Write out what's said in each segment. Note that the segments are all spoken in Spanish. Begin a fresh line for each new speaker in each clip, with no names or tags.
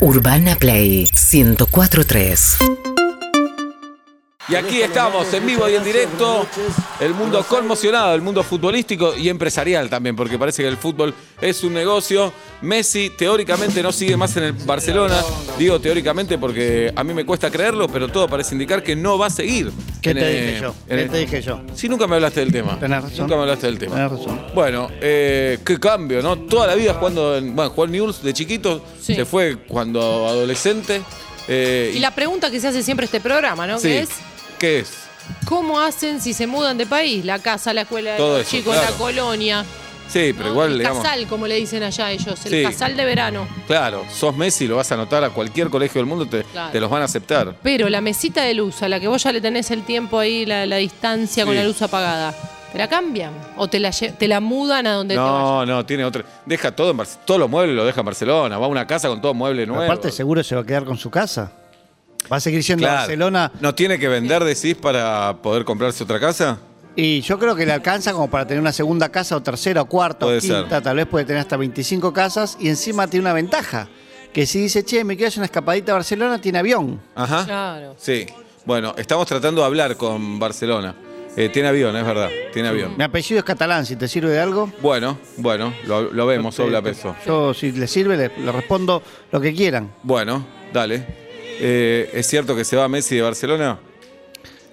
Urbana Play 1043.
Y aquí estamos, en vivo y en directo, el mundo conmocionado, el mundo futbolístico y empresarial también, porque parece que el fútbol es un negocio. Messi teóricamente no sigue más en el Barcelona, digo teóricamente porque a mí me cuesta creerlo, pero todo parece indicar que no va a seguir.
¿Qué
en
te
el-
dije yo?
en
¿Qué
el-
te dije yo?
Sí, nunca me hablaste del tema.
Tenés razón.
Nunca me hablaste del tema.
Tenés razón.
Bueno, eh, qué cambio, ¿no? Toda la vida jugando en. Bueno, Juan News de chiquito,
Sí.
se fue cuando adolescente. eh,
Y la pregunta que se hace siempre este programa, ¿no?
sí.
Que es,
¿Qué es?
¿cómo hacen si se mudan de país? La casa, la escuela de
Todo
los
eso,
chicos,
claro.
la colonia.
Sí, pero
¿no?
igual,
el
digamos.
casal, como le dicen allá ellos, el
Sí.
casal de verano.
Claro, sos Messi, lo vas a anotar a cualquier colegio del mundo, te,
Claro.
te los van a aceptar.
Pero la mesita de luz, a la que vos ya le tenés el tiempo ahí, la, la distancia con
Sí.
la luz apagada, ¿te la cambian? ¿O te la, lle- te la mudan a donde te vayas?
No, no, tiene otra. Deja todo en Barcelona. Todos los muebles lo deja en Barcelona. Va a una casa con todo mueble nuevo.
Aparte, seguro se va a quedar con su casa. Va a seguir siendo
Claro.
Barcelona.
¿No tiene que vender, decís, para poder comprarse otra casa?
Y yo creo que le alcanza como para tener una segunda casa, o tercera, o cuarta,
Puede
o quinta.
ser.
Tal vez puede tener hasta 25 casas. Y encima tiene una ventaja. Que si dice, che, me quiero hacer una escapadita a Barcelona, tiene avión.
Ajá.
Claro.
Sí. Bueno, estamos tratando de hablar con Barcelona. Eh, tiene avión, es verdad. Tiene avión.
Mi apellido es catalán, si te sirve de algo.
Bueno, bueno, lo, lo vemos, sobre peso.
Yo, si le sirve, le, le respondo lo que quieran.
Bueno, dale. Eh, ¿Es cierto que se va Messi de Barcelona?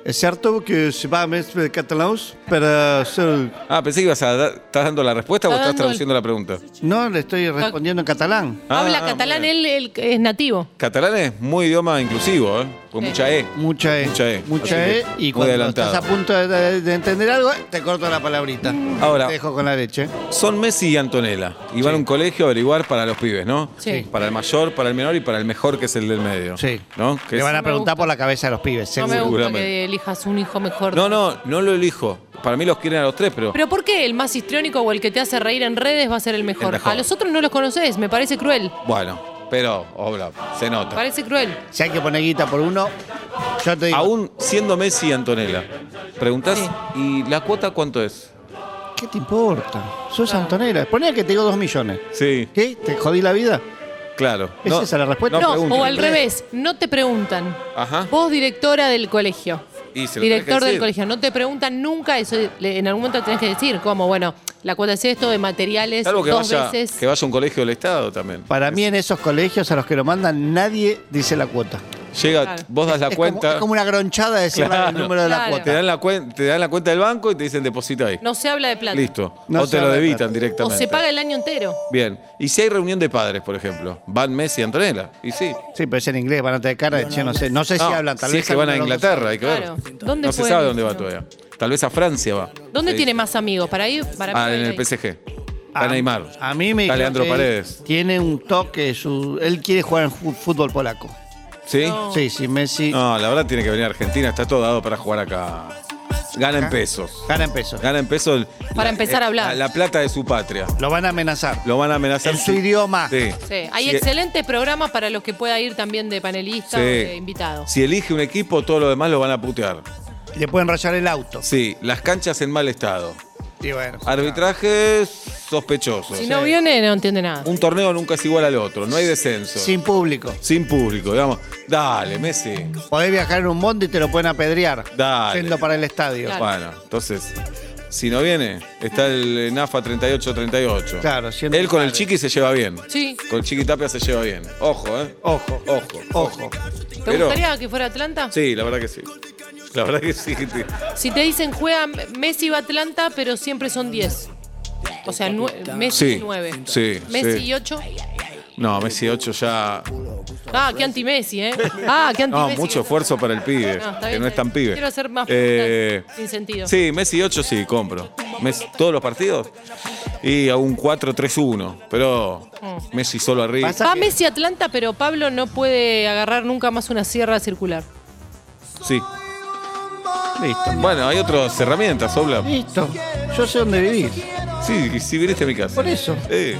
Es cierto que se va a mezclar el catalán para hacer...
Ah, pensé que ibas a dar- ¿Estás dando la respuesta o
Está
estás
dando el-
traduciendo la pregunta?
No, le estoy respondiendo en catalán.
Ah,
Habla
ah,
catalán,
muy bien.
él, él es nativo.
Catalán es muy idioma inclusivo, ¿eh? Con
Sí.
mucha E.
Mucha E.
Mucha E.
Mucha
Así
E.
que, muy
Y cuando
adelantado.
estás a punto de, de- de entender algo, eh, te corto la palabrita.
Ahora-
Te dejo con la leche.
Son Messi y Antonella. Y van a un colegio a averiguar para los pibes, ¿no?
Sí.
Para el mayor, para el menor y para el mejor, que es el del medio.
Sí.
¿No? Que
Le
es-
van a
me
preguntar
gusta.
por la cabeza de los pibes,
No
seguro.
me gusta
Seguramente.
que elijas un hijo mejor.
No, no, no lo elijo. Para mí los quieren a los tres, pero.
Pero ¿por qué el más histriónico o el que te hace reír en redes va a ser el mejor?
El mejor.
A los otros no los conoces, me parece cruel.
Bueno, pero, obra, se
Me
nota.
parece cruel.
Si hay que poner guita por uno, yo te digo,
Aún siendo Messi y Antonella, preguntás,
Sí.
¿y la cuota cuánto es?
¿qué te importa? Sos Antonera. Poné que te digo dos millones.
Sí,
¿Qué? ¿Te jodí la vida?
claro.
¿Es esa la respuesta?
No,
pregunten.
o al revés, no te preguntan.
Ajá.
Vos, directora del colegio.
Y se lo tenés que
Director del
decir.
colegio, no te preguntan nunca eso. le- En algún momento tenés que decir, como, bueno, la cuota es esto, de materiales,
Salvo que
dos
vaya,
veces.
que vaya a un colegio del Estado también.
Para mí en esos colegios a los que lo mandan nadie dice la cuota.
Llega,
Claro.
vos das la
es,
cuenta.
Como, es como una gronchada de decir
Claro.
el número de
Claro.
la
Te
cuota.
dan, la cuen- te dan la cuenta del banco y te dicen deposita ahí.
No se habla de plata.
Listo.
No
o
se
te lo
habla de
debitan
plata.
directamente.
O se paga el año entero.
Bien. ¿Y si hay reunión de padres, por ejemplo? Van Messi y Antonella. Y sí.
Sí, pero es en inglés, van a tener cara de che, no sé. No sé si
No,
hablan, tal
si
vez.
es que van a
alguno de los dos
Inglaterra, hay que
Claro.
ver.
¿Dónde
no se
puede
sabe
ir,
dónde va
no?
todavía. Tal vez a Francia va.
¿Dónde
Sí.
tiene más amigos? Para ir, para
Ah,
poder
en
ir.
el PSG.
A-
A Neymar.
Ah, A mí me
A
dijeron
Leandro
que
Paredes.
Tiene un toque, su, él quiere jugar en ju- fútbol polaco.
¿Sí?
No.
Sí, sí, Messi
No, la verdad tiene que venir a Argentina. Está todo dado para jugar acá. Gana en pesos.
gana en pesos.
Gana en pesos.
Para
la-
empezar a
eh,
hablar.
La, la plata de su patria.
Lo van a amenazar.
Lo van a amenazar.
En su
si-
idioma.
Sí.
Sí, hay
Si- e-
excelentes programas para los que pueda ir también de panelista
Sí.
o de eh, invitado.
Si elige un equipo, todo lo demás lo van a putear.
Le pueden rayar el auto.
Sí, las canchas en mal estado.
Y bueno.
Arbitrajes sospechosos.
Si no viene, no entiende nada.
Un torneo nunca es igual al otro, no hay descenso.
Sin público.
Sin público, digamos. Dale, Messi.
Podés viajar en un bondi y te lo pueden apedrear.
Dale.
Yendo para el estadio.
Claro.
Claro,
Bueno, entonces, si no viene, está el eh, NAFA 38-38.
siendo
Él con el
padre.
chiqui se lleva bien.
Sí.
Con el chiqui Tapia se lleva bien. Ojo, ¿eh?
Ojo.
Ojo.
Ojo.
¿Te
Pero-
gustaría que fuera Atlanta?
Sí, la verdad que sí. La verdad que sí. gente.
Si te dicen juega Messi va a Atlanta, pero siempre son 10. O sea, nue- Messi
Sí,
9.
sí,
Messi
sí.
y 8.
No, Messi 8 ya.
Ah, qué anti-Messi, ¿eh? Ah, qué
No,
anti-Messi.
mucho esfuerzo para el pibe,
No, está
que
bien,
no es
está
tan
bien.
pibe.
Quiero hacer más
Eh,
preguntas sin sentido.
Sí, Messi 8 sí, compro. Messi- todos los partidos. Y a un 4-3-1. Pero
Mm.
Messi solo arriba.
Pasa-
Va Messi a Atlanta, pero Pablo no puede agarrar nunca más una sierra circular.
Sí.
Listo.
Bueno, hay otras herramientas, Obla.
Listo. Yo sé dónde vivir.
Sí, si viniste a mi casa.
Por eso.
Sí.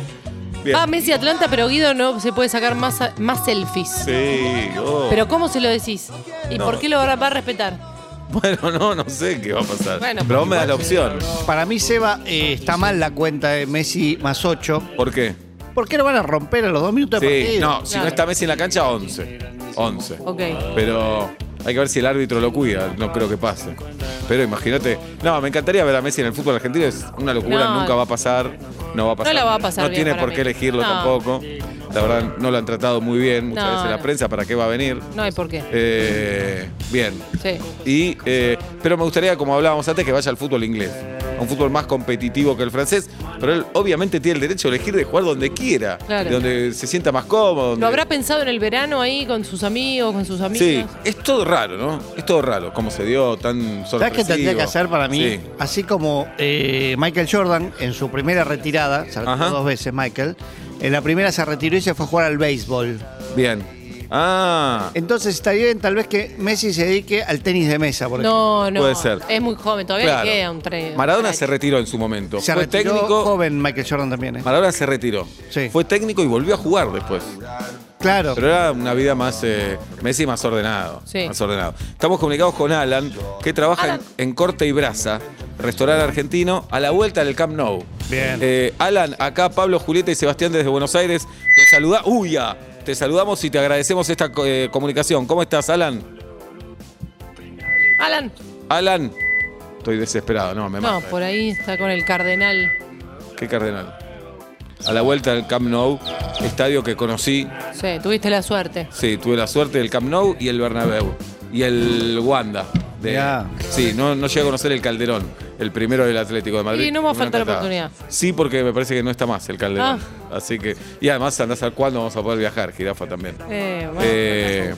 Bien.
Va Ah, Messi a Atlanta, pero Guido no se puede sacar más, más selfies.
Sí. oh.
Pero ¿cómo se lo decís? ¿Y
No.
por qué lo va va a respetar?
Bueno, no, no sé qué va a pasar.
Bueno,
pero vos me das la opción.
Para mí, Seba, eh, está mal la cuenta de Messi más 8.
¿Por qué?
¿Por qué lo van a romper a los dos minutos de
Sí,
partido?
no, si no
Claro.
está Messi en la cancha, 11. 11.
Ok.
Pero hay que ver si el árbitro lo cuida, no creo que pase. Pero imagínate, no, me encantaría ver a Messi en el fútbol argentino, es una locura,
No.
nunca va a pasar, no va a pasar.
la va a pasar
No
bien
tiene
para
por qué
mí.
elegirlo
No.
tampoco. La verdad, no lo han tratado muy bien muchas
No,
veces la
no.
prensa, ¿para qué va a venir?
No hay por qué.
Eh, bien.
Sí.
Y, eh, pero me gustaría, como hablábamos antes, que vaya al fútbol inglés. A un fútbol más competitivo que el francés. Pero él obviamente tiene el derecho a elegir de jugar donde quiera.
Claro.
de Donde se sienta más cómodo. donde-
¿Lo habrá pensado en el verano ahí con sus amigos, con sus amigas?
Sí, es todo raro, ¿no? Es todo raro. Cómo se dio tan sorpresivo.
¿Sabes qué tendría que hacer para mí?
Sí.
Así como eh, Michael Jordan en su primera retirada, se retiró
Ajá.
dos veces Michael, en la primera se retiró y se fue a jugar al béisbol.
Bien. Ah,
Entonces estaría bien tal vez que Messi se dedique al tenis de mesa, por ejemplo.
No, no.
Puede ser.
Es muy joven, todavía
claro.
le queda un tren.
Maradona se retiró en su momento.
Se
Fue
retiró
técnico.
joven Michael Jordan también. ¿eh?
Maradona se retiró.
Sí.
Fue técnico y volvió a jugar después.
Claro.
Pero era una vida más, eh, Messi más ordenado,
Sí.
más ordenado. Estamos comunicados con Alan, que trabaja en,
Alan.
en Corte y Brasa, restaurante argentino, a la vuelta del Camp Nou.
Bien.
Eh, Alan, acá Pablo, Julieta y Sebastián desde Buenos Aires, te saluda. ¡Uy, ya! Te saludamos y te agradecemos esta co- eh, comunicación. ¿Cómo estás, Alan?
Alan.
Alan, estoy desesperado, no, me
No,
mata.
por ahí está con el cardenal.
Qué cardenal. A la vuelta del Camp Nou, estadio que conocí
Sí, tuviste la suerte.
Sí, tuve la suerte del Camp Nou y el Bernabéu. Y el Wanda. de-
Mirá.
Sí, no, no llegué a conocer el Calderón, el primero del Atlético de Madrid.
Y no va a
Una
faltar
catada.
oportunidad. Ah.
Sí, porque me parece que no está más el Calderón. Así que. Y además andás a cuándo vamos a poder viajar, jirafa también.
Eh, bueno,
Eh,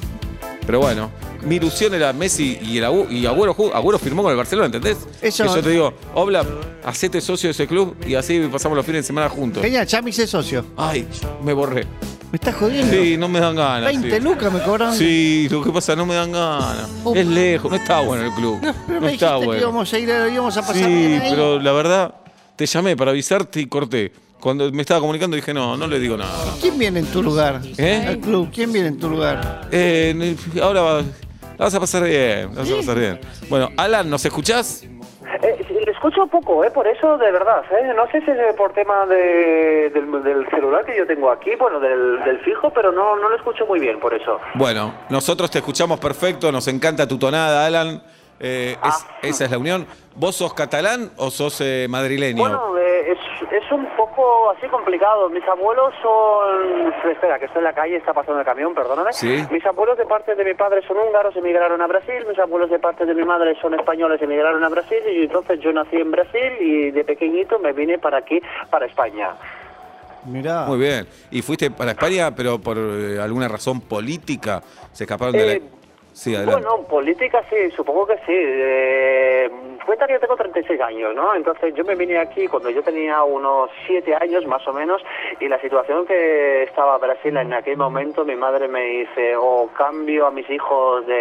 pero bueno, mi ilusión era Messi y, el Agü- y Agüero, ju- Agüero firmó con el Barcelona, ¿entendés?
Eso-
Que yo te digo, Obla, hacete socio de ese club y así pasamos los fines de semana juntos.
Genial, Chamix es socio.
Ay, me borré.
Me estás jodiendo.
Sí, no me dan ganas.
20
sí.
lucas me cobraron.
Sí, lo que pasa, no me dan ganas.
Oh.
Es lejos, no está bueno el club. No,
Pero me
está
dijiste que
bueno.
íbamos a ir, íbamos a pasar
Sí,
bien ahí.
pero la verdad, te llamé para avisarte y corté. Cuando me estaba comunicando dije, no, no le digo nada.
¿Quién viene en tu lugar?
¿Eh?
Al club, ¿quién viene en tu lugar?
Eh, ahora va- la vas a pasar bien, la vas a pasar bien. Bueno, Alan, ¿nos escuchás?
Eh, le escucho poco, eh, por eso de verdad. Eh, no sé si es por tema de, del, del celular que yo tengo aquí, bueno, del, del fijo, pero no, no lo escucho muy bien por eso.
Bueno, nosotros te escuchamos perfecto, nos encanta tu tonada, Alan. Eh, es-
Ah.
Esa es la unión. ¿Vos sos catalán o sos eh, madrileño?
Bueno, eh, es, es un poco así complicado. Mis abuelos son... Espera, que estoy en la calle, está pasando el camión, perdóname.
Sí.
Mis abuelos de parte de mi padre son húngaros, emigraron a Brasil. Mis abuelos de parte de mi madre son españoles, emigraron a Brasil. Y entonces yo nací en Brasil y de pequeñito me vine para aquí, para España. Ah.
Mirá.
Muy bien. ¿Y fuiste para España, pero por eh, alguna razón política? ¿Se escaparon de
Eh,
la.? Sí, adelante.
Bueno, política sí, supongo que sí. Eh, cuenta que yo tengo 36 años, ¿no? Entonces yo me vine aquí cuando yo tenía unos 7 años más o menos y la situación que estaba Brasil en aquel momento, mi madre me dice o cambio a mis hijos de,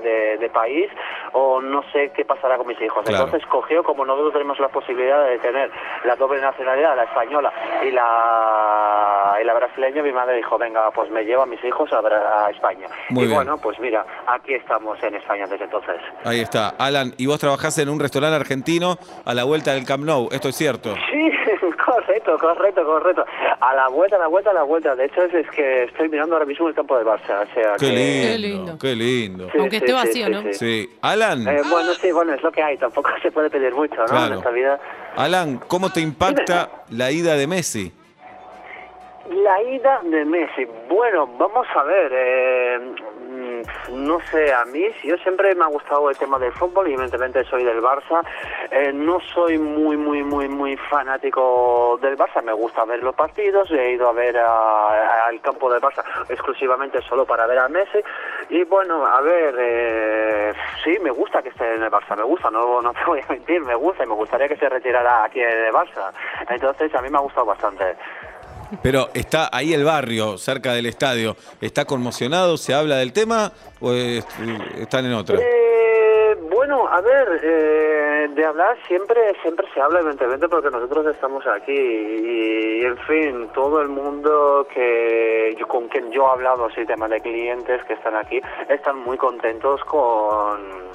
de- de país o no sé qué pasará con mis hijos.
Claro.
Entonces cogió, como nosotros tenemos la posibilidad de tener la doble nacionalidad, la española y la, y la brasileña, mi madre dijo, venga, pues me llevo a mis hijos a, Bra- a España.
Muy
y
bien.
bueno, pues mira, aquí estamos en España desde entonces.
Ahí está. Alan, y vos trabajás en un restaurante argentino a la vuelta del Camp Nou. Esto es cierto.
Sí, correcto, correcto, correcto. A la vuelta, a la vuelta, a la vuelta. De hecho, es, es que estoy mirando ahora mismo el campo de Barça. O sea,
Qué
que-
lindo. Qué
Qué
lindo.
lindo. Aunque esté vacío, ¿no?
Sí. Alan,
Eh, bueno, sí, bueno, es lo que hay. Tampoco se puede pedir mucho, ¿no?
Claro.
En esta vida.
Alan, ¿cómo te impacta la ida de Messi?
La ida de Messi. Bueno, vamos a ver. eh, mm, no sé, a mí yo siempre me ha gustado el tema del fútbol y evidentemente soy del Barça. Eh, no soy muy, muy, muy, muy fanático del Barça. Me gusta ver los partidos. He ido a ver a- al campo del Barça exclusivamente solo para ver a Messi. Y bueno, a ver, eh, sí, me gusta que esté en el Barça. Me gusta, no, no te voy a mentir, me gusta y me gustaría que se retirara aquí en el Barça. Entonces, a mí me ha gustado bastante.
Pero está ahí el barrio, cerca del estadio. ¿Está conmocionado? ¿Se habla del tema? ¿O es- están en otra?
Eh, bueno, a ver, eh, de hablar siempre siempre se habla, evidentemente, porque nosotros estamos aquí y, y, en fin, todo el mundo que yo- con quien yo he hablado, así, tema de clientes que están aquí, están muy contentos con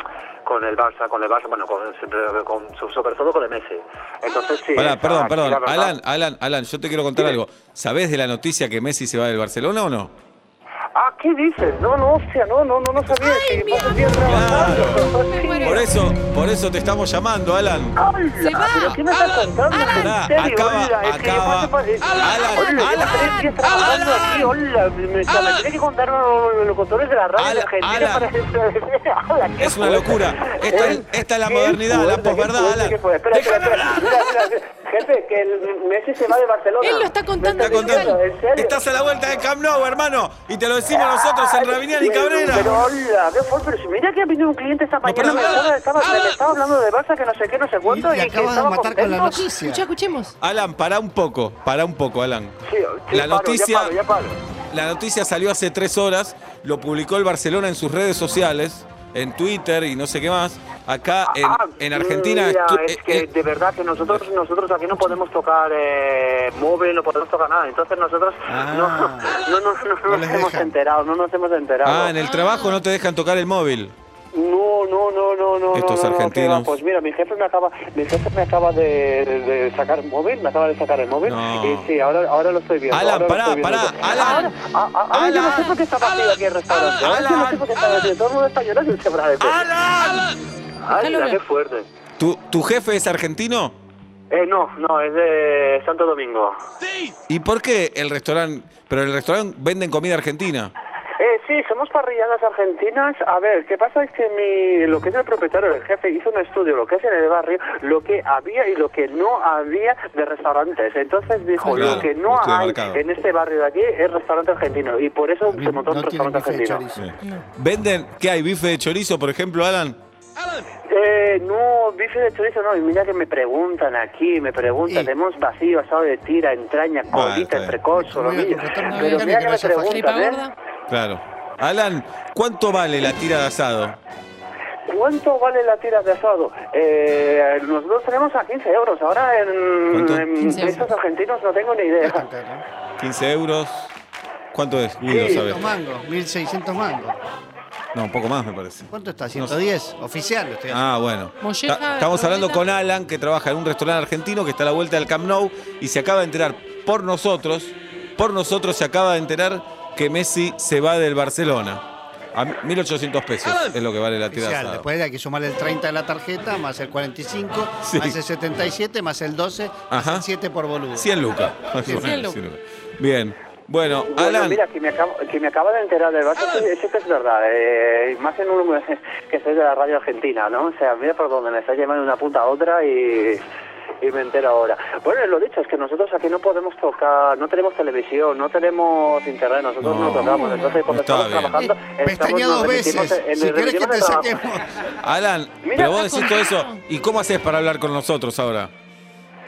con el Barça, con el Barça, bueno, con, siempre, con, sobre todo con el Messi. Entonces, sí,
Pará,
esa-
perdón,
aquí
perdón.
la verdad-
Alan, Alan, Alan, yo te quiero contar algo. ¿Sabés de la noticia que Messi se va del Barcelona o no?
Ah, ¿qué dices? No, no, hostia, no, no, no, no sabía. que
mi
vos estabas
amor.
trabajando.
Me muero.
Por eso, por eso te estamos llamando, Alan.
Ay,
Se va.
Ah, ¿Pero qué me estás
Alan,
contando?
Alan.
¿En serio?
Acaba,
Hola, es que yo
acaba.
paso por- eh,
Alan,
hola, yo
Alan,
tres días trabajando
Alan.
aquí, hola, me- me-
Alan.
me tenés que contar los locutores de la radio
Alan,
argentina para Hola, qué
Es una
fuerte.
locura. Esta es-
Eh,
esta es la
qué
modernidad, la
fuerte, qué
posverdad,
fuerte
Alan.
que fue. Espera, espera, espera. Mira, mira, Jefe, que el Messi se va de Barcelona.
Él lo está contando,
Me
Está
Pero,
contando.
¿En serio?
Estás a la vuelta de Camp Nou, hermano. Y te lo decimos nosotros en Rabinián y
Pero- Pero
Cabrera.
hola, qué fuerte. Pero si Mira que ha venido un cliente esta mañana.
pero
me,
Alan,
estaba, estaba- me
Alan.
estaba hablando de Barça, que no sé qué, no sé cuánto.
Y- y
que
acabas de
estaba
matar con la
contento.
noticia.
Escucha, escuchemos.
Alan, pará un poco, pará un poco, Alan.
Sí, sí,
La
paro,
noticia-
Ya paro, ya paro.
La noticia salió hace tres horas, lo publicó el Barcelona en sus redes sociales, en Twitter y no sé qué más. Acá en,
Ah,
en Argentina.
mira,
estu-
es
eh,
que
eh,
de verdad que nosotros nosotros aquí no podemos tocar eh, móvil, no podemos tocar nada. Entonces nosotros
Ah.
no, no, no- no
No
nos
les
hemos
dejan.
enterado, no nos hemos enterado.
ah, en el trabajo no te dejan tocar el móvil.
No, no, no, no, no.
Estos
no, no, no, que va.
argentinos.
Pues mira, mi jefe me acaba, mi jefe me acaba de, de sacar el móvil, me acaba de sacar el móvil.
No.
Y sí, ahora, ahora lo estoy viendo.
Alan,
ahora lo
pará,
estoy viendo.
pará, Alan.
Ahora, a- a- ahora yo no
Alan.
sé por qué está vacío aquí el restaurante. Ahora yo no sé por qué está vacío. Todo el mundo está llorando y se habrá de
Ah, ¡Alan!
Ay,
Déjalo
mira, qué
hablar.
fuerte.
¿Tu, tu jefe es argentino?
Eh, no, no, es de Santo Domingo.
¿Y por qué el restaurante? Pero en el restaurante venden comida argentina.
Eh, sí, somos parrilladas argentinas. A ver, qué pasa es que mi, lo que es el propietario, el jefe, hizo un estudio, lo que es en el barrio, lo que había y lo que no había de restaurantes. Entonces dijo,
Claro,
lo que no
estudio de
hay
mercado.
en este barrio de aquí es restaurante argentino. Y por eso se montó un
No tiene bife
restaurante
de
argentino.
chorizo.
¿Venden qué hay? ¿Bife de chorizo, por ejemplo, Alan?
Eh, no, bife de chorizo no. Y mira que me preguntan aquí, me preguntan.
Y-
Hemos vacío, asado de tira, entraña,
Bueno, está
colita,
bien.
entrecot, solomillo.
contratar una
Pero
mecánica
mira
que
que me
vaya fácil.
preguntan,
Tripa
¿eh?
gorda.
Claro. Alan, ¿cuánto vale la tira de asado?
¿Cuánto vale la tira de asado? Eh, nosotros tenemos a 15 euros. Ahora en,
¿Cuánto?
en
15 euros.
pesos argentinos no tengo ni idea.
¿15 euros? ¿Cuánto es? Uy, lo
Sí,
sabes.
1.600 mangos, 1.600 mangos.
No, un poco más me parece.
¿Cuánto está? 110, oficial lo estoy haciendo.
Ah, bueno.
Molleja,
Ta- Estamos hablando
provoleta.
con Alan, que trabaja en un restaurante argentino que está a la vuelta del Camp Nou y se acaba de enterar por nosotros, por nosotros se acaba de enterar que Messi se va del Barcelona. A 1.800 pesos es lo que vale la tira de
Oficial,
asado.
después hay que sumarle el 30 de la tarjeta, más el 45,
Sí.
más el 77, más el 12,
Ajá.
más el 7 por boludo.
100 lucas. Más o menos,
100 lucas.
100 lucas. Bien. Bueno,
Bueno,
Alan,
mira, que me, acabo, que me acaba de enterar del Barça, sí, eso que es verdad. eh, y más en un que soy de la radio argentina, ¿no? O sea, mira por dónde me está llevando de una punta a otra y, y me entero ahora. Bueno, lo dicho, es que nosotros aquí no podemos tocar, no tenemos televisión, no tenemos internet, nosotros
No,
no, tocamos. Entonces, cuando
está
estamos
bien.
trabajando, estamos,
Pestaña
nos
Eh, dos
remitimos
veces.
en- en-
Si querés que
remitimos
te
el trabajo.
saquemos.
Alan,
Mira,
pero vos
está
decís todo eso.
contento.
¿Y cómo haces para hablar con nosotros ahora?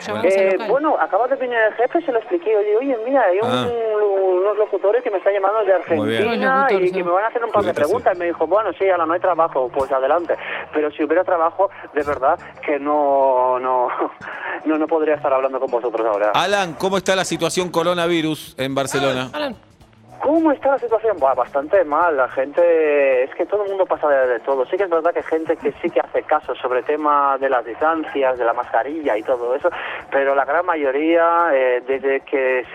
Llamamos al
Eh,
local.
bueno, acaba de venir el jefe, se lo expliqué. Oye, oye mira, hay un-
Ah.
unos locutores que me están llamando de
Muy bien.
Argentina
Los
y
locutores,
que
sí.
me van a hacer un par de
Julieta, sí.
preguntas. Y me dijo, bueno, sí, ahora no hay trabajo, pues adelante. Pero si hubiera trabajo, de verdad que no, no, no, no podría estar hablando con vosotros
Ah,
ahora.
Alan, ¿cómo está la situación coronavirus en Barcelona?
Alan,
¿Cómo está la situación? Buah, bastante mal. La gente, es que todo el mundo pasa de, de todo. Sí que es verdad que hay gente que sí que hace caso sobre el tema de las distancias, de la mascarilla y todo eso, pero la gran mayoría, eh, desde que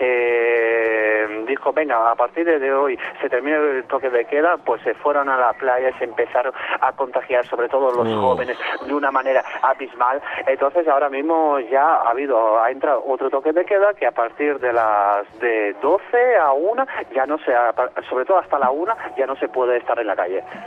se dijo, venga, a partir de hoy se termina el toque de queda, pues se fueron a la playa y se empezaron a contagiar, sobre todo los
Oh.
jóvenes, de una manera abismal. Entonces ahora mismo ya ha habido, ha entrado otro toque de queda que a partir de las de 12 a 1 ya no se, ha- sobre todo hasta la 1 ya no se puede estar en la calle.
ah.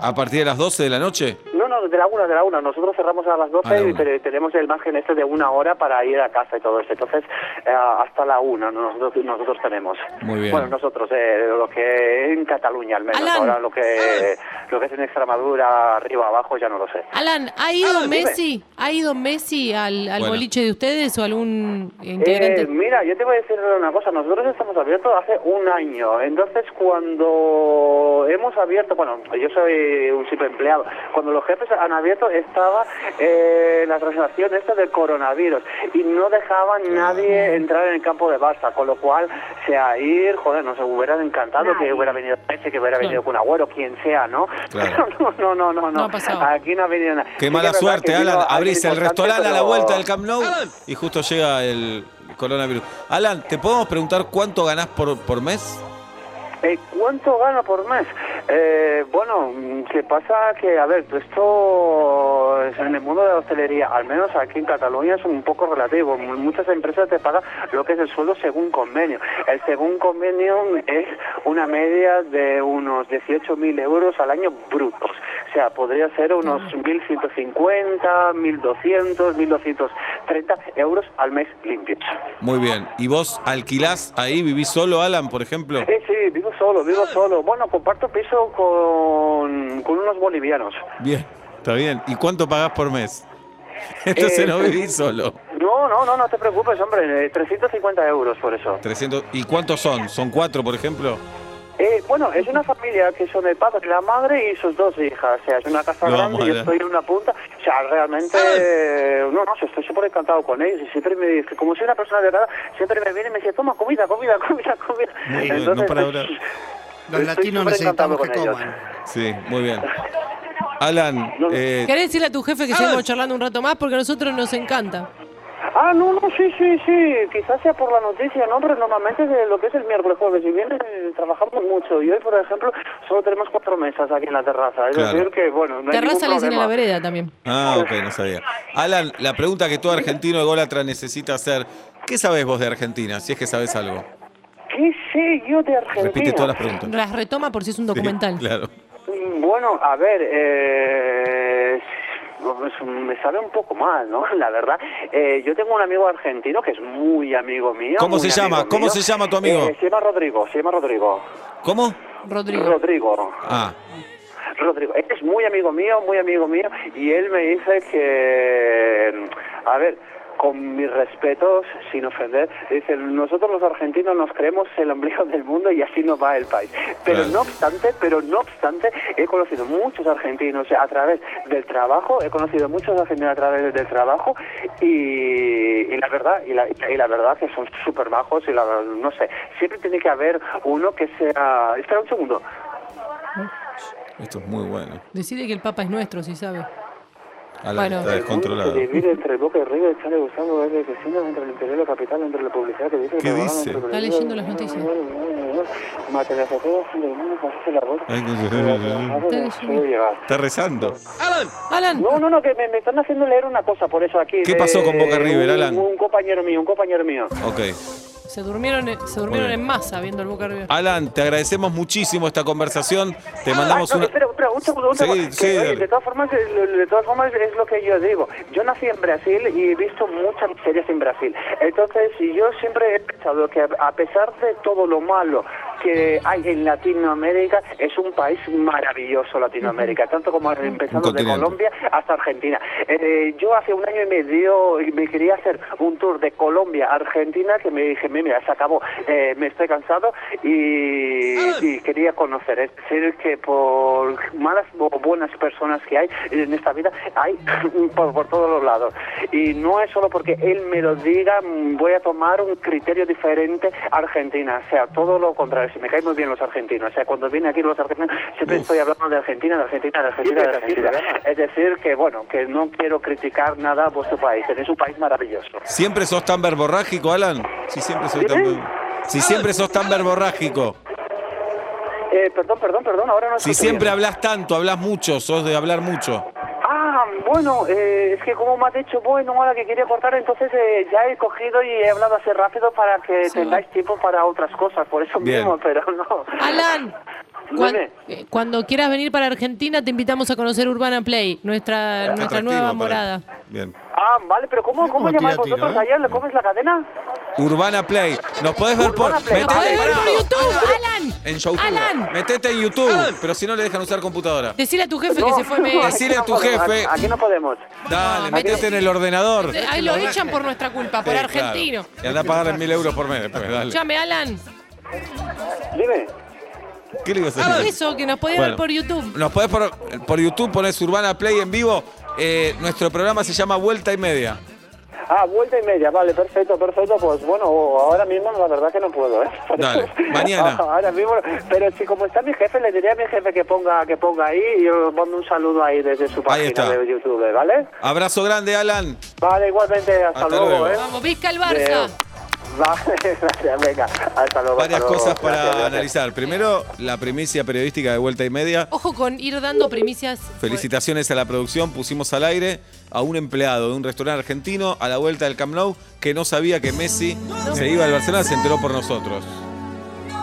¿A partir de las 12 de la noche?
No, no, de la 1, de la 1. Nosotros cerramos a las 12
A la
y
una.
te- tenemos el margen este de una hora para ir a casa y todo eso. Entonces eh, hasta la 1 nosotros, nosotros tenemos.
Muy bien.
Bueno, nosotros, eh, lo que en Cataluña al menos.
Alan.
Ahora lo que, lo que es en Extremadura, arriba, abajo, ya no lo sé.
Alan, ¿ha ido
Alan, Ah, dime.
Messi? ¿Ha ido Messi al, al
Bueno.
boliche de ustedes o algún
Eh,
integrante?
mira, yo te voy a decir una cosa. Nosotros estamos abiertos hace un año. Entonces, cuando hemos abierto, bueno, yo soy soy un simple empleado. Cuando los jefes han abierto estaba eh, la transacción esta del coronavirus y no
Ah.
dejaban nadie entrar en el campo de Barça, con lo cual, sea ir, joder, nos hubieran encantado que hubiera venido Messi, que hubiera venido Kun Agüero, quien sea, ¿no?
Claro.
Pero no, no, no, no,
No ha
no.
pasado.
Aquí no ha venido nada. Sí que
Qué
es
mala
verdad
suerte,
que vino
Alan.
alguien
Abrís el
importante,
restaurante a la
pero-
vuelta del Camp Nou y justo llega el coronavirus. Alan, ¿te podemos preguntar cuánto ganás por, por mes?
Eh, ¿Cuánto gana por mes? Eh, bueno, mm, que pasa que, a ver, pues esto es en el mundo de la hostelería, al menos aquí en Cataluña es un poco relativo. M- Muchas empresas te pagan lo que es el sueldo según convenio. El según convenio es una media de unos 18.000 euros al año brutos. O sea, podría ser unos 1.150, 1.200, 1.230 euros al mes limpios.
Muy bien. ¿Y vos alquilás ahí? ¿Vivís solo, Alan, por ejemplo?
Sí, sí, vivo solo, vivo solo. Bueno, comparto piso con, con unos bolivianos.
Bien, está bien. ¿Y cuánto pagás por mes? Entonces
Eh,
no vivís solo.
No, no, no, no te preocupes, hombre, eh, 350 euros por eso.
300. ¿Y cuántos son? ¿Son cuatro, por ejemplo?
Eh, bueno, es una familia que son el padre, la madre y sus dos hijas. O sea, es una casa
No,
grande,
madre.
yo estoy en una punta. O sea, realmente, eh, no, no, estoy súper encantado con ellos. Y siempre me dice, como soy una persona de edad, siempre me viene y me dice, toma comida, comida, comida, comida.
Muy bien, no para hablar.
Los
estoy
latinos
súper encantado
necesitamos que
con ellos.
coman.
Sí, muy bien. Alan,
No, no.
eh,
¿Querés decirle a tu jefe que seguimos charlando un rato más? Porque a nosotros nos encanta.
Ah, no, no, sí, sí, sí. Quizás sea por la noticia, ¿no? Pero normalmente de lo que es el miércoles, jueves y viernes eh, trabajamos mucho. Y hoy, por ejemplo, solo tenemos cuatro mesas aquí en la terraza. Es
Claro.
decir, que, bueno, no hay
Terraza le dicen
ningún
a la
problema.
vereda también.
Ah, ok, no sabía. Alan, la pregunta que todo argentino ególatra necesita hacer, ¿qué sabes vos de Argentina, si es que sabes algo?
¿Qué sé yo de Argentina?
Repite todas las preguntas.
Las retoma por si es un
Sí,
documental.
claro.
Mm, Bueno, a ver, eh, pues, me sabe un poco mal, ¿no? La verdad. Eh, yo tengo un amigo argentino que es muy amigo mío.
¿Cómo
muy
se llama?
amigo
¿Cómo
mío.
se llama tu amigo?
Eh, se llama Rodrigo, se llama Rodrigo.
¿Cómo?
Rodrigo.
Rodrigo.
Ah,
Rodrigo, él es muy amigo mío, muy amigo mío, y él me dice que, a ver, con mis respetos, sin ofender, dice, nosotros los argentinos nos creemos el ombligo del mundo y así nos va el país. Pero
Claro.
no obstante, pero no obstante, he conocido muchos argentinos a través del trabajo, he conocido muchos argentinos a través del trabajo y, y la verdad, y la, y la verdad que son súper majos y la, no sé, siempre tiene que haber uno que sea... Espera un segundo.
esto es muy bueno.
Decirle que el Papa es nuestro, si sabe.
Alan
Bueno.
está descontrolado.
Se divide entre el boca y río, está degustando desde que siendo entre el interior de la capital, entre la publicidad que dice...
¿Qué
que
dice?
Está leyendo las noticias.
Materialización, fin del mundo, pasarse la voz.
Ay, no sé.
Pero,
leyendo.
puedo llegar.
Está rezando.
Alan,
No, no, no, que me, me están haciendo leer una cosa por eso aquí.
¿Qué
de-
pasó con Boca River, Alan?
Un, un compañero mío, un compañero mío.
Ok.
se durmieron, se durmieron
bien.
en masa viendo el Boca River.
Alan, te agradecemos muchísimo esta conversación. Te mandamos
Ah, no,
una...
Espera, espera, un segundo, un
Sí,
segundo.
sí,
Que, oye,
dale.
de, todas formas, eh, lo- de todas formas, es lo que yo digo. Yo nací en Brasil y he visto muchas series en Brasil. Entonces, yo siempre he pensado que a- a pesar de todo lo malo que hay en Latinoamérica, es un país maravilloso Latinoamérica, tanto como empezando de
continente.
Colombia hasta Argentina. Eh, yo hace un año y medio me quería hacer un tour de Colombia a Argentina que me dije, mira, se acabó, eh, me estoy cansado y, y quería conocer. Es decir, que por malas o buenas personas que hay en esta vida, hay por, por todos los lados. Y no es solo porque él me lo diga, mm, voy a tomar un criterio diferente a Argentina. O sea, todo lo contrario. Si me caen muy bien los argentinos. O sea, cuando vienen aquí los argentinos, siempre estoy hablando de Argentina, de Argentina, de Argentina, de Argentina. Es decir, que bueno, que no quiero criticar nada a vuestro país. Es un país maravilloso.
¿Siempre sos tan verborrágico, Alan? Si siempre soy tan...
¿Dime?
Si siempre sos tan verborrágico.
Eh, perdón, perdón, perdón, ahora no
Si
escucho bien.
siempre hablas tanto, hablas mucho, sos de hablar mucho.
Ah, bueno, eh, es que como me has dicho, bueno, ahora que quería cortar, entonces eh, ya he cogido y he hablado así rápido para que
Sí.
tengáis tiempo para otras cosas, por eso
Bien.
mismo, pero no.
Alan, cuan-
Ah. Dime.
eh, cuando quieras venir para Argentina, te invitamos a conocer Urbana Play, nuestra,
Eh,
nuestra
Atractivo
nueva
para-
morada.
Bien.
Ah, vale, pero ¿cómo,
¿Cómo
cómo
tira,
llamáis
tira,
vosotros
eh?
ayer? ¿Le comes la cadena?
Urbana Play. Nos podés ver por.
Urbana Play.
Metete-
¡Nos podés ver por
Pará.
YouTube, Alan!
En YouTube.
Alan,
Metete en YouTube, pero si no le dejan usar computadora.
decile a tu jefe que
No,
se fue. me-
aquí
Decile a tu
podemos,
jefe.
Aquí no podemos.
Dale,
No,
metete en el ordenador.
Eh, Ahí lo echan por nuestra culpa, por
Sí,
argentino.
pues, claro. Y anda a pagar mil euros por mes después, dale.
Llame, Alan.
Dime.
¿Qué le ibas a
Por
decir?
eso, que nos podés
Bueno.
ver por YouTube.
Nos podés por, por YouTube poner Urbana Play en vivo. Eh, nuestro programa se llama Vuelta y Media.
Ah, vuelta y media, vale, perfecto, perfecto. Pues bueno, ahora mismo la verdad que no puedo, ¿eh?
Dale, mañana.
Ahora mismo, pero si como está mi jefe, le diré a mi jefe que ponga que ponga ahí y yo mando un saludo ahí desde su página
está.
de YouTube, ¿vale?
Abrazo grande, Alan.
Vale, igualmente, hasta,
Hasta
luego,
luego.
¿eh?
Vamos, visca el Barça.
Eh, Vale, gracias, venga, hasta luego.
Varias
hasta luego.
cosas para
Gracias, gracias.
analizar. Primero, la primicia periodística de Vuelta y Media.
Ojo con ir dando primicias.
Felicitaciones a la producción. Pusimos al aire a un empleado de un restaurante argentino a la vuelta del Camp Nou que no sabía que Messi se iba al Barcelona, se enteró por nosotros.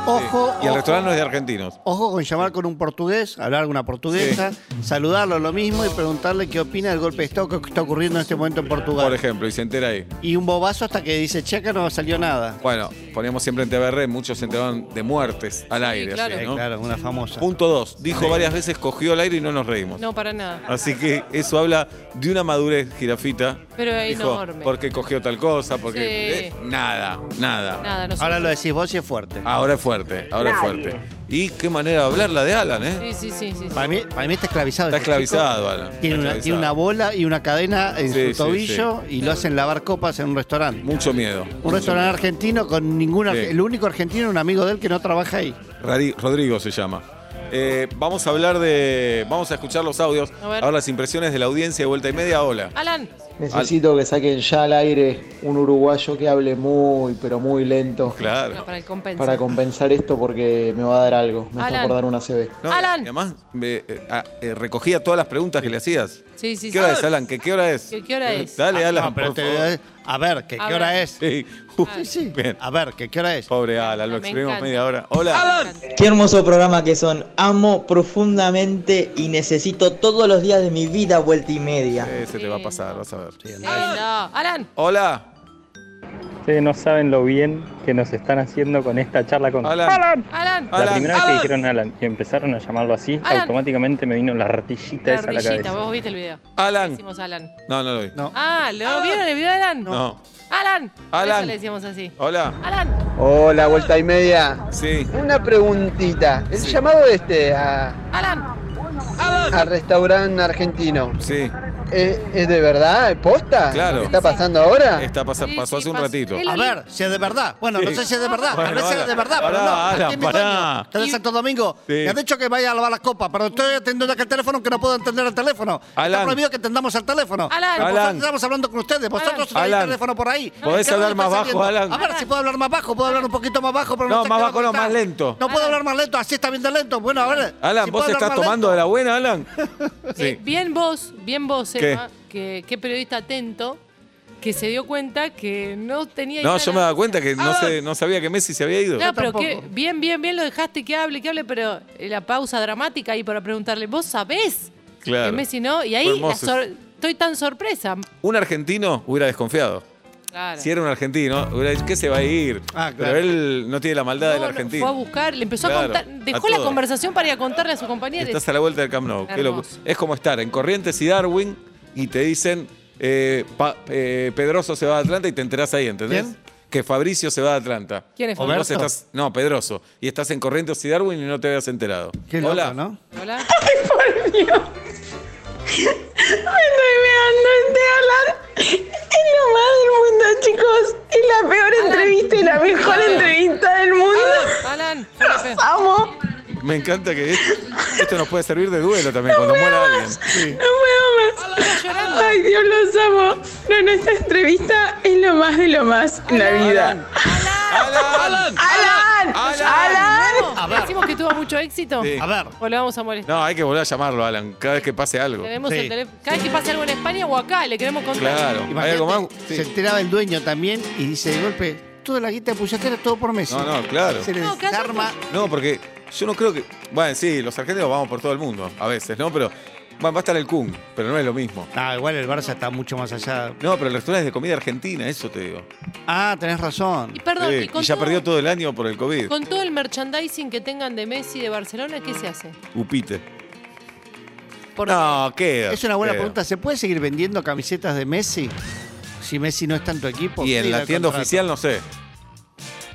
Ojo,
Y el
ojo.
restaurante no es de argentinos.
Ojo con llamar con un portugués, hablar con una portuguesa, saludarlo lo mismo y preguntarle qué opina del golpe de Estado que está ocurriendo en este momento en Portugal.
Por ejemplo, y se entera ahí.
Y un bobazo hasta que dice, che, acá no salió nada.
Bueno, poníamos siempre en TVR, muchos se enteraban de muertes al aire.
claro.
así,
Eh,
¿no?
claro, una famosa.
Punto dos. Dijo varias veces, cogió al aire y no nos reímos.
No, para nada.
Así que eso habla de una madurez, jirafita.
Pero
Dijo,
enorme.
Porque cogió tal cosa, porque...
Sí.
eh, nada, nada.
Nada, no sé.
Ahora lo decís vos y es fuerte.
Ahora es fuerte, ahora
Nadie.
es fuerte. Y qué manera de hablar la de Alan, ¿eh?
Sí, sí, sí, sí. sí.
Para mí, para mí está esclavizado.
Está
este chico.
esclavizado, Alan. está
Tiene una, tiene una
esclavizado.
bola y una cadena en
Sí, sí,
su tobillo y lo hacen lavar copas en un restaurante.
Mucho miedo.
Un restaurante argentino con ningún... arge-
Sí.
El único argentino es un amigo de él que no trabaja ahí.
Radi- Rodrigo se llama. Eh, vamos a hablar de. Vamos a escuchar los audios.
A ver. Ah,
Ahora las impresiones de la audiencia de vuelta y media. Hola.
Alan,
Necesito que saquen ya al aire un uruguayo que hable muy, pero muy lento
no,
Claro.
para el compensa.
para compensar esto porque me va a dar algo. Me está
Alan.
por dar una CB.
No,
Alan.
y además, me- eh, ah, eh, recogía todas las preguntas que le hacías.
Sí, sí, sí.
¿Qué hora es, Alan? ¿Qué, qué hora es? Eh,
¿Qué- qué hora es?
Dale, Alan.
Ah, No, pero
por
te-
favor.
A ver, ¿qué,
A
qué
ver.
hora es?
Sí. Uh,
Sí, sí.
bien.
A ver, ¿qué, qué hora es?
Pobre Alan, lo
Ah, Me
exprimimos
encanta.
media hora. Hola.
Eh,
Qué hermoso programa que son. Amo profundamente y necesito todos los días de mi vida vuelta y media.
Eh, se te va a pasar, vas a ver.
Eh. Lindo. Alan,
Hola.
Ustedes no saben lo bien que nos están haciendo con esta charla con
Alan.
Alan.
Alan.
La primera vez que dijeron Alan y empezaron a llamarlo así,
Alan.
automáticamente me vino la ratillita esa a la
Ardillita,
cabeza.
vos viste el video. Le
Alan.
decimos Alan.
No, no lo vi.
No.
Ah, ¿lo vieron el video de Alan?
No.
Alan.
Alan.
Por Eso le decíamos así.
Hola.
Alan.
Hola, vuelta y media.
Sí.
Una preguntita. El llamado este a,
Alan.
al restaurante argentino, ¿e,
Sí.
¿es, de verdad? ¿Es posta?
Claro. ¿Lo que está
pasando
Ah.
ahora?
Esta pasa-
Sí,
pasó
sí,
hace un
pasó.
ratito.
Él-
A ver, si es de verdad. Bueno, no
Sí.
sé si es de verdad.
Bueno,
Tal vez
Alan,
es de verdad,
pará,
pero no.
Alan,
Aquí en mi
pará.
baño. Tal vez Santo Domingo.
Sí.
Me ha dicho que vaya a lavar las copas, pero estoy atendiendo acá el teléfono que no puedo entender el teléfono.
Alan.
Está prohibido que atendamos el teléfono.
Alan.
Pero vosotros
Alan.
Estamos hablando con ustedes. Vosotros traéis
Alan.
el teléfono por ahí.
¿Podés
¿Qué
hablar
radio
más
estáis
bajo,
haciendo?
Alan?
A ver si puedo hablar más bajo. Puedo hablar un poquito más bajo, pero no,
No,
sé
más
qué va a
bajo no,
contar.
más lento.
No puedo hablar más lento. Así está bien de lento. Bueno, a ver.
Alan,
si
¿vos
puedo
estás
hablar más
tomando
lento.
de la buena, Alan?
Eh, bien vos, bien vos,
¿Qué?
Emma, que, que periodista atento, que se dio cuenta que no tenía idea
No,
de
yo me
la-
daba cuenta que no, sé- no sabía que Messi se había ido.
No, pero
tampoco.
que bien, bien, bien lo dejaste que hable, que hable, pero eh, la pausa dramática ahí para preguntarle, ¿vos sabés
Claro.
que Messi no? Y ahí
Fue
la
hermoso.
sor- estoy tan sorpresa.
Un argentino hubiera desconfiado.
Claro.
Si era un argentino, hubiera dicho, ¿qué se va a ir?
Ah, claro.
Pero él no tiene la maldad del
No, no,
argentino.
fue a buscar, le empezó
Claro,
a contar, dejó
a
la
todo.
conversación para ir a contarle a su compañera.
Estás a la vuelta del Camp Nou. qué
Hermoso.
locu- es como estar en Corrientes y Darwin y te dicen eh, pa- eh, Pedroso se va a Atlanta y te enterás ahí, ¿entendés?
¿Quién?
Que Fabricio se va a Atlanta.
¿Quién
Y
es
vos
Fabricio?
estás- no, Pedroso. Y estás en Corrientes y Darwin y no te habías enterado.
Qué loco,
Hola.
¿no?
Hola.
Estoy mirando este hablar. Es lo más del mundo, chicos. Es la peor entrevista y la mejor entrevista del mundo.
Alan, Felipe.
Amo.
Me encanta que esto, esto nos puede servir de duelo también cuando muera alguien.
No puedo más. Ay, Dios los amo. No, no, esta entrevista es lo más de lo más en la vida.
¡Alan!
¡Alan! ¡Alan!
No, decimos que tuvo mucho éxito.
Sí.
A ver.
O lo vamos a molestar.
No, hay que volver a llamarlo, Alan, cada vez que pase algo.
Tenemos
Sí.
el teléfono. Cada vez que pasa algo en España o acá, le queremos contar.
Claro. ¿Hay algo más?
Imagínate,
Sí.
Se enteraba el dueño también y dice de golpe, toda la guita de Puyate era todo por Messi.
No, no, claro.
Se le
No, cada
desarma.
No, porque yo no creo que. Bueno, sí, los argentinos vamos por todo el mundo, a veces, ¿no? Pero. Bueno, va a estar el Kun, pero no es lo mismo.
Ah, igual el Barça está mucho más allá.
No, pero el restaurante es de comida argentina, eso te digo.
Ah, tenés razón.
Y perdón,
Sí,
y con
ya
todo-
perdió todo el año por el COVID.
Con todo el merchandising que tengan de Messi de Barcelona, ¿qué se hace?
Upite.
Por-
No, queda.
Es una buena
queda.
pregunta. ¿Se puede seguir vendiendo camisetas de Messi si Messi no es tanto equipo?
Y en
Sí,
la
el
tienda
contrato.
oficial, no sé.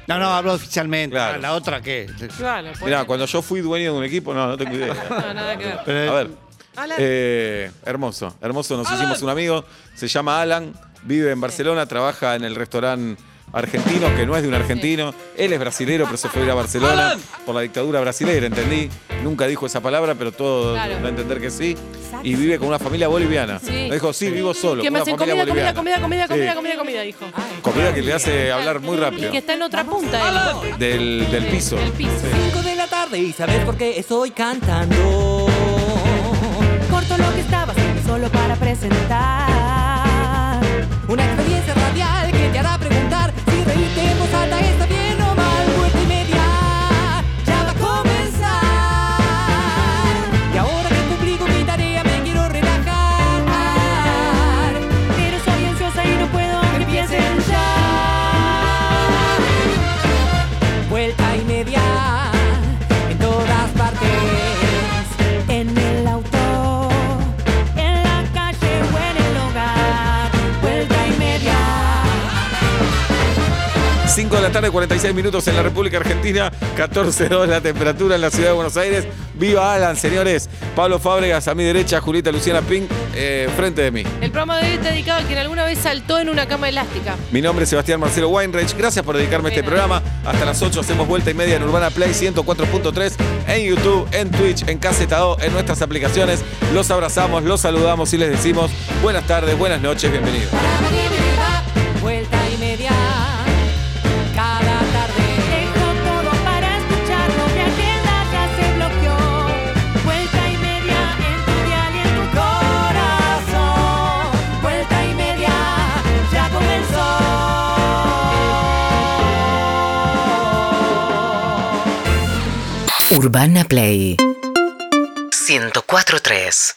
No, no, hablo oficialmente.
Claro.
Ah, la otra qué.
Claro, pues,
Mirá, cuando yo fui dueño de un equipo, no, no tengo idea.
no, nada que ver.
Pero,
A ver.
Alan.
Eh, hermoso, hermoso. Nos
Alan.
hicimos un amigo. Se llama Alan. Vive en Barcelona. Trabaja en el restaurante argentino, que no es de un argentino. Él es brasilero, pero se fue a ir a Barcelona
Alan.
por la dictadura brasilera, entendí. Nunca dijo esa palabra, pero todo
Claro.
da a entender que sí. Y vive con una familia boliviana.
Sí.
Me dijo, sí, vivo solo.
que
con una
me hacen
familia
comida, comida,
boliviana.
comida, comida,
Sí.
comida, comida, comida, dijo.
Comida que le hace hablar muy
Y
rápido.
que está en otra punta él.
Del, del piso.
Del piso.
5 de la tarde y sabes por qué estoy cantando. Corto lo que estaba haciendo solo para presentar una experiencia radial que te hará preguntar si reírte en voz alta está bien o mal. Vuelta y media ya va a comenzar. Y ahora que cumplí con mi tarea me quiero relajar. Pero soy ansiosa y no puedo que empiecen ya vuelta y media en todas partes. En el auto, en la calle o en el hogar, vuelta y media.
5 de la tarde, 46 minutos en la República Argentina, 14 grados la temperatura en la ciudad de Buenos Aires. Viva Alan, señores. Pablo Fábregas a mi derecha, Julieta Luciana Pink, eh, frente de mí.
El programa de hoy está dedicado a quien alguna vez saltó en una cama elástica.
Mi nombre es Sebastián Marcelo Weinreich. Gracias por dedicarme a este
Bueno.
programa. Hasta las 8 hacemos vuelta y media en Urbana Play 104.3, en YouTube, en Twitch, en Caseta O, en nuestras aplicaciones. Los abrazamos, los saludamos y les decimos buenas tardes, buenas noches, bienvenidos.
Vuelta y media, cada tarde. Dejo todo para escuchar lo que agenda ya se bloqueó. Vuelta y media en tu dial y en tu corazón. Vuelta y media, ya comenzó.
Urbana Play 104.3